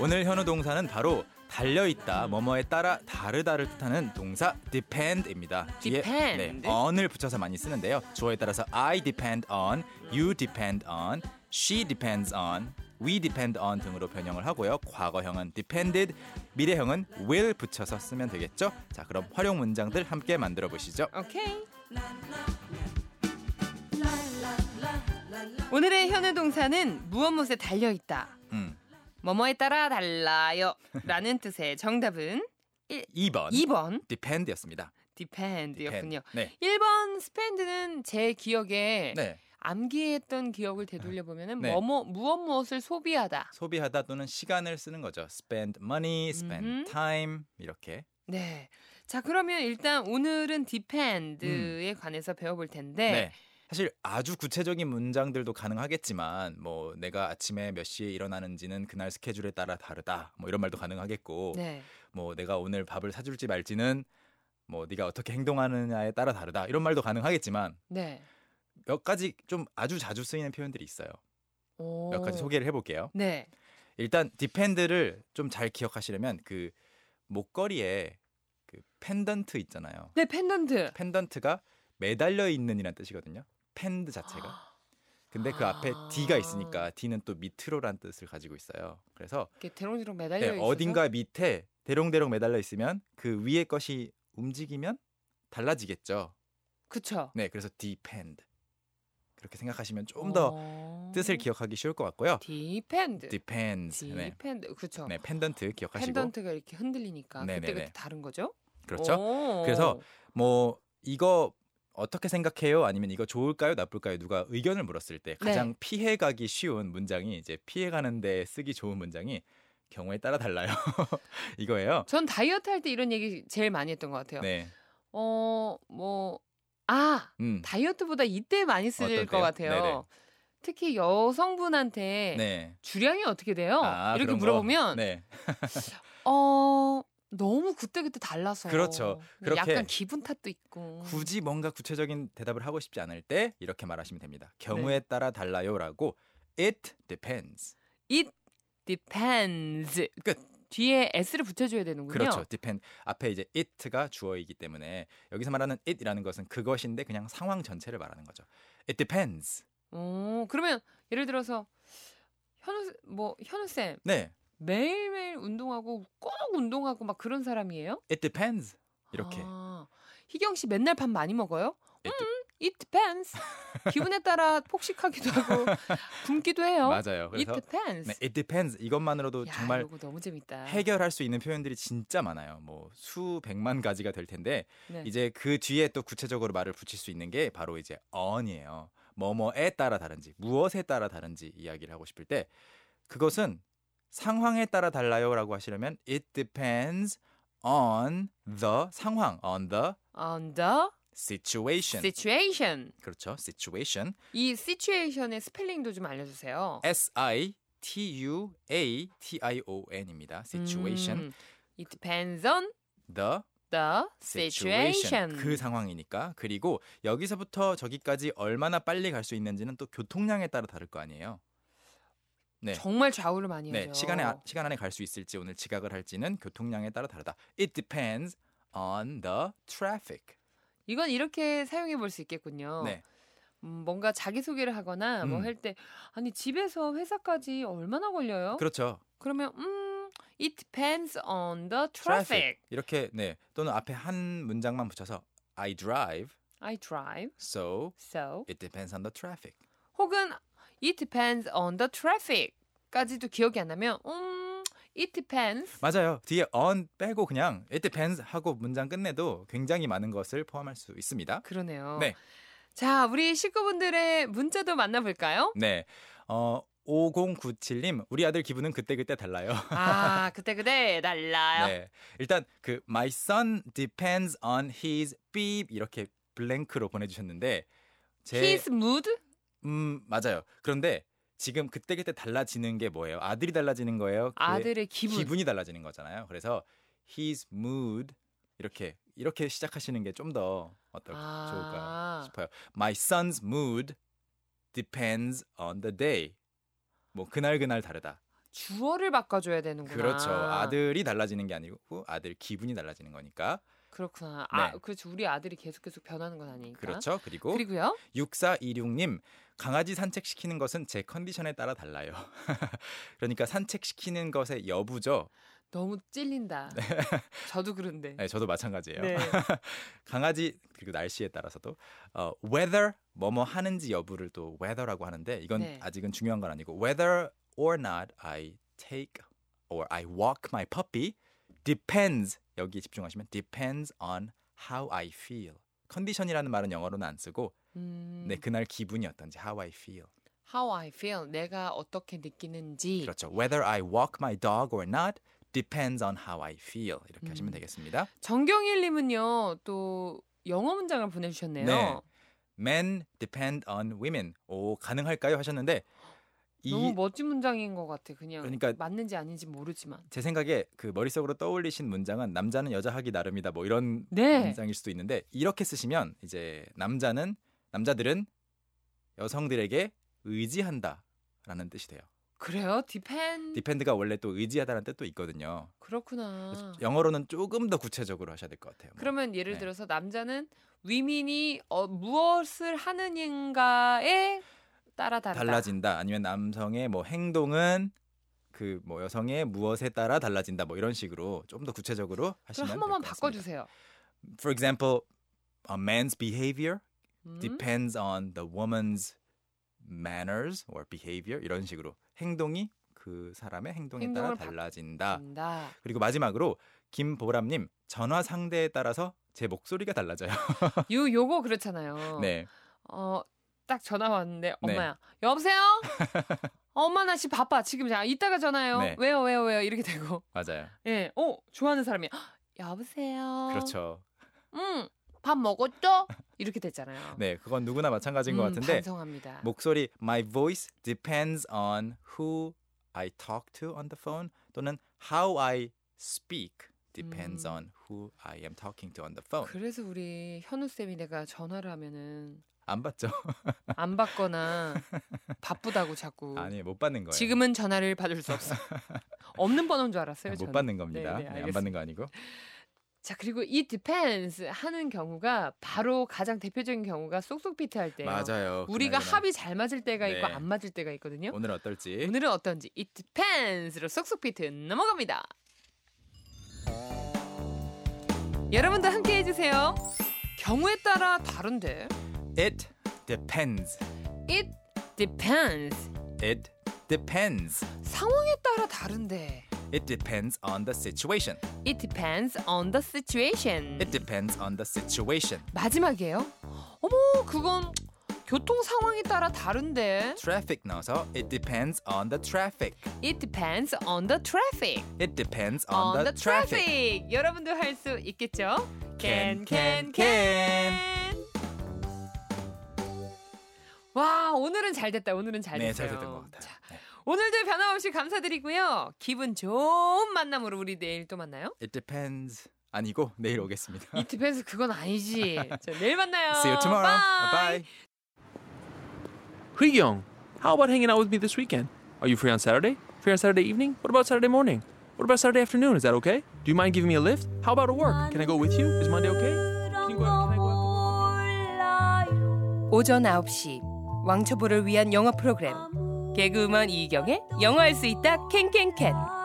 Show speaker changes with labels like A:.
A: 오늘 현우 동사는 바로 달려있다, 뭐뭐에 따라 다르다를 뜻하는 동사 depend입니다.
B: depend?
A: 네, on을 붙여서 많이 쓰는데요. 주어에 따라서 I depend on, you depend on, she depends on, we depend on 등으로 변형을 하고요. 과거형은 depended, 미래형은 will 붙여서 쓰면 되겠죠. 자, 그럼 활용 문장들 함께 만들어 보시죠.
B: 오케이. 오늘의 현우 동사는 무엇무엇에 달려 있다.
A: 음,
B: 뭐뭐에 따라 달라요라는 뜻의 정답은
A: 2번
B: 2번
A: depend였습니다.
B: depend였군요.
A: 아,
B: 예.
A: 네.
B: 1번 spend는 제 기억에
A: 네.
B: 암기했던 기억을 되돌려 보면은
A: 네.
B: 뭐뭐 무엇 무엇을 소비하다.
A: 소비하다 또는 시간을 쓰는 거죠. spend money, spend
B: 음흠.
A: time 이렇게.
B: 네. 자, 그러면 일단 오늘은
A: 음.
B: depend에 관해서 배워볼 텐데
A: 네. 사실 아주 구체적인 문장들도 가능하겠지만 뭐 내가 아침에 몇 시에 일어나는지는 그날 스케줄에 따라 다르다. 뭐 이런 말도 가능하겠고
B: 네.
A: 뭐 내가 오늘 밥을 사줄지 말지는 뭐 네가 어떻게 행동하느냐에 따라 다르다. 이런 말도 가능하겠지만
B: 네.
A: 몇 가지 좀 아주 자주 쓰이는 표현들이 있어요.
B: 오.
A: 몇 가지 소개를 해 볼게요.
B: 네.
A: 일단 디펜드를 좀 잘 기억하시려면 그 목걸이에 그 펜던트 있잖아요.
B: 네, 펜던트.
A: 펜던트가 매달려 있는이란 뜻이거든요. 펜드 자체가. 근데 그 앞에
B: 아.
A: D가 있으니까 D는 또 밑으로란 뜻을 가지고 있어요. 그래서
B: 이렇게 대롱대롱
A: 네,
B: 매달려 있어서
A: 어딘가 밑에 대롱대롱 매달려 있으면 그 위에 것이 움직이면 달라지겠죠.
B: 그쵸.
A: 네, 그래서 depend 그렇게 생각하시면 좀 더
B: 어.
A: 뜻을 기억하기 쉬울 것 같고요.
B: depend.
A: depends. 네,
B: depend. 그쵸.
A: 네, 펜던트 기억하시고
B: 펜던트가 이렇게 흔들리니까
A: 네네네.
B: 그때그때 다른 거죠?
A: 그렇죠.
B: 오.
A: 그래서 뭐 이거 어떻게 생각해요? 아니면 이거 좋을까요? 나쁠까요? 누가 의견을 물었을
B: 네.
A: 때 가장 피해가기 쉬운 문장이 이제 피해가는데 쓰기 좋은 문장이 경우에 따라 달라요. 이거예요.
B: 전 다이어트 할 때 이런 얘기 제일 많이 했던 것 같아요.
A: 네.
B: 어, 뭐 아,
A: 음.
B: 다이어트보다 이때 많이 쓸
A: 어떨까요?
B: 것 같아요.
A: 네네.
B: 특히 여성분한테
A: 네.
B: 주량이 어떻게 돼요?
A: 아,
B: 이렇게
A: 그런 거?
B: 물어보면
A: 네.
B: 어 너무 그때 그때 달라서 네,
A: 그렇죠. 그렇게
B: 약간 기분 탓도 있고
A: 굳이 뭔가 구체적인 대답을 하고 싶지 않을 때 이렇게 말하시면 됩니다.
B: 네.
A: 경우에 따라 달라요라고 it depends.
B: it depends
A: 끝.
B: 뒤에 s를 붙여줘야 되는군요.
A: 그렇죠. depend 앞에 이제 it가 주어이기 때문에 여기서 말하는 it이라는 것은 그것인데 그냥 상황 전체를 말하는 거죠. It depends.
B: 오, 어, 그러면 예를 들어서 현우 뭐 현우 쌤
A: 네,
B: 매일 매일 운동하고 꼭 운동하고 막 그런 사람이에요?
A: it depends. 이렇게 예,
B: 아, 희경 씨 맨날 밥 많이 먹어요?
A: It de-
B: 음, it depends. 기분에 따라 폭식하기도 하고 굶기도 해요.
A: 맞아요.
B: it
A: 그래서
B: depends.
A: 네, it depends 이것만으로도
B: 야,
A: 정말
B: 이거 너무 재밌다.
A: 해결할 수 있는 표현들이 진짜 많아요. 뭐 수백만 가지가 될 텐데
B: 네.
A: 이제 그 뒤에 또 구체적으로 말을 붙일 수 있는 게 바로 이제 on이에요. 뭐뭐에 따라 다른지 무엇에 따라 다른지 이야기를 하고 싶을 때 그것은 상황에 따라 달라요라고 하시려면 it depends on the 상황 on the
B: On the
A: situation
B: situation.
A: 그렇죠 situation
B: 이 situation의 스펠링도 좀 알려주세요.
A: S I T U A T I O N입니다 situation
B: 음, it depends on
A: the
B: the
A: situation
B: situation.
A: 그 상황이니까 그리고 여기서부터 저기까지 얼마나 빨리 갈 수 있는지는 또 교통량에 따라 다를 거 아니에요. 네.
B: 정말 좌우를 많이
A: 네,
B: 하죠.
A: 시간에 아- 시간 안에 갈 수 있을지 오늘 지각을 할지는 교통량에 따라 다르다. It depends on the traffic.
B: 이건 이렇게 사용해 볼 수 있겠군요.
A: 네.
B: 음, 뭔가 자기 소개를 하거나 뭐
A: 음.
B: 할 때 아니 집에서 회사까지 얼마나 걸려요?
A: 그렇죠.
B: 그러... 면음 it depends on the traffic.
A: traffic. 이렇게 네. 또는 앞에 한 문장만 붙여서 I drive.
B: I drive.
A: So
B: So
A: it depends on the traffic.
B: 혹은 it depends on the traffic. 까지도 기억이 안 나면 음 it depends.
A: 맞아요. 뒤에 on 빼고 그냥 it depends 하고 문장 끝내도 굉장히 많은 것을 포함할 수 있습니다.
B: 그러네요.
A: 네.
B: 자, 우리 식구분들의 문자도 만나볼까요?
A: 네. 어 5097님, 우리 아들 기분은 그때그때 달라요.
B: 아, 그때그때 달라요.
A: 네. 일단 그 my son depends on his beep 이렇게 블랭크로 보내 주셨는데 제
B: His mood?
A: 음, 맞아요. 그런데 지금 그때그때 달라지는 게 뭐예요? 아들이 달라지는 거예요? 그
B: 아들의 기분.
A: 기분이 달라지는 거잖아요. 그래서 his mood 이렇게 이렇게 시작하시는 게 좀 더 어떨까
B: 아.
A: 좋을까 싶어요. My son's mood depends on the day. 뭐 그날 그날 다르다.
B: 주어를 바꿔줘야 되는구나.
A: 그렇죠. 아들이 달라지는 게 아니고 아들 기분이 달라지는 거니까.
B: 그렇구나. 아,
A: 네.
B: 그렇죠. 우리 아들이 계속 계속 변하는 건 아니니까.
A: 그렇죠. 그리고
B: 그러니까. 그리고요.
A: 6426님 강아지 산책시키는 것은 제 컨디션에 따라 달라요. 그러니까 산책시키는 것의 여부죠.
B: 너무 찔린다. 저도 그런데.
A: 네, 저도 마찬가지예요.
B: 네.
A: 강아지 그리고 날씨에 따라서도 어, whether 뭐뭐 하는지 여부를 또 whether라고 하는데 이건
B: 네.
A: 아직은 중요한 건 아니고 whether or not I take or I walk my puppy depends 여기 집중하시면 depends on how I feel. 컨디션이라는 말은 영어로는 안 쓰고
B: 음,
A: 네 그날 기분이 어떤지 how I feel.
B: How I feel. 내가 어떻게 느끼는지.
A: 그렇죠. Whether I walk my dog or not depends on how I feel. 이렇게
B: 음.
A: 하시면 되겠습니다.
B: 정경일님은요 또 영어 문장을 보내주셨네요.
A: 네. Men depend on women. 오 가능할까요 하셨는데
B: 너무
A: 이
B: 멋진 문장인 것 같아. 그냥
A: 그러니까-
B: 맞는지 아닌지 모르지만.
A: 제 생각에 그 머릿속으로 떠올리신 문장은 남자는 여자하기 나름이다 뭐 이런
B: 네.
A: 문장일 수도 있는데 이렇게 쓰시면 이제 남자는 남자들은 여성들에게 의지한다라는 뜻이 돼요.
B: 그래요? 디펜.
A: depend가 원래 또 의지하다라는 뜻도 있거든요.
B: 그렇구나.
A: 그래서 영어로는 조금 더 구체적으로 하셔야 될 것 같아요. 뭐
B: 음. 그러면 예를
A: 네.
B: 들어서 남자는 위민이 어, 무엇을 하느냐에 따라 다르다.
A: 달라진다 아니면 남성의 뭐 행동은 그 뭐 여성의 무엇에 따라 달라진다 뭐 이런 식으로 좀 더 구체적으로 하시면
B: 그럼 한
A: 될것
B: 번만
A: 같습니다.
B: 바꿔주세요.
A: For example, a man's behavior
B: 음?
A: depends on the woman's manners or behavior 이런 식으로 행동이 그 사람의 행동에 따라
B: 행동을 바- 음.
A: 달라진다.
B: 된다.
A: 그리고 마지막으로 김보람님 전화 상대에 따라서 제 목소리가 달라져요.
B: 요 요거 그렇잖아요.
A: 네,
B: 어, 딱 전화 왔는데 엄마야. 여보세요? 엄마 나 지금 바빠. 지금 자 이따가 전화해요.
A: 네.
B: 왜요? 왜요? 왜요? 이렇게 되고.
A: 맞아요.
B: 예. 어, 좋아하는 사람이 여보세요.
A: 그렇죠.
B: 음. 밥 먹었죠? 이렇게 됐잖아요.
A: 네, 그건 누구나 마찬가지인 것
B: 음,
A: 같은데 뭐
B: 반성합니다.
A: 목소리 my voice depends on who I talk to on the phone 또는 how I speak depends
B: 음.
A: on who I am talking to on the phone.
B: 그래서 우리 현우 쌤이 내가 전화를 하면은
A: 안 받죠?
B: 안 받거나 바쁘다고 자꾸
A: 아니 못 받는 거예요.
B: 지금은 전화를 받을 수 없어. 없는 번호인 줄
A: 아,
B: 알았어요.
A: 못
B: 저는.
A: 받는 겁니다.
B: 네, 네,
A: 네, 안 받는 거 아니고.
B: 자 그리고 이 depends 하는 경우가 바로 가장 대표적인 경우가 쏙쏙 피트 할 때예요.
A: 맞아요.
B: 우리가
A: 그날그날.
B: 합이 잘 맞을 때가 있고
A: 네.
B: 안 맞을 때가 있거든요.
A: 오늘 어떨지.
B: 오늘은 어떤지 it depends로 쏙쏙 피트 넘어갑니다. 여러분도 함께 해주세요. 경우에 따라 다른데
A: It depends.
B: it depends
A: It depends.
B: 상황에 따라 다른데
A: It depends on the situation.
B: it depends on the situation.
A: It depends on the situation.
B: 마지막이에요. 어머 그건 교통 상황에 따라 다른데
A: Traffic 넣어서 it depends on the traffic.
B: It depends on the traffic.
A: It depends on, the, traffic.
B: 여러분도 할 수 있겠죠?
A: Can,
B: can,
A: can,
B: can. 와 오늘은 잘 됐다. 오늘은 잘
A: 네,
B: 됐어요.
A: 잘 됐던 것 같아요.
B: 자,
A: 네.
B: 오늘도 변함없이 감사드리고요. 기분 좋은 만남으로 우리 내일 또 만나요.
A: It depends 아니고 내일 오겠습니다.
B: It depends 그건 아니지. 자, 내일 만나요.
A: See you tomorrow.
B: 어, Bye.
A: Bye.
C: Young, how about hanging out with me this weekend? Are you free on Saturday? Free on Saturday evening? What about Saturday morning? What about Saturday afternoon? Is that okay? Do you mind giving me a lift? How about at work? Can I go with you? Is Monday okay? Can you go out? Can I go out?
D: 오전 9시 왕초보를 위한 영어 프로그램 개그우먼 이경의 영어할 수 있다 캔캔캔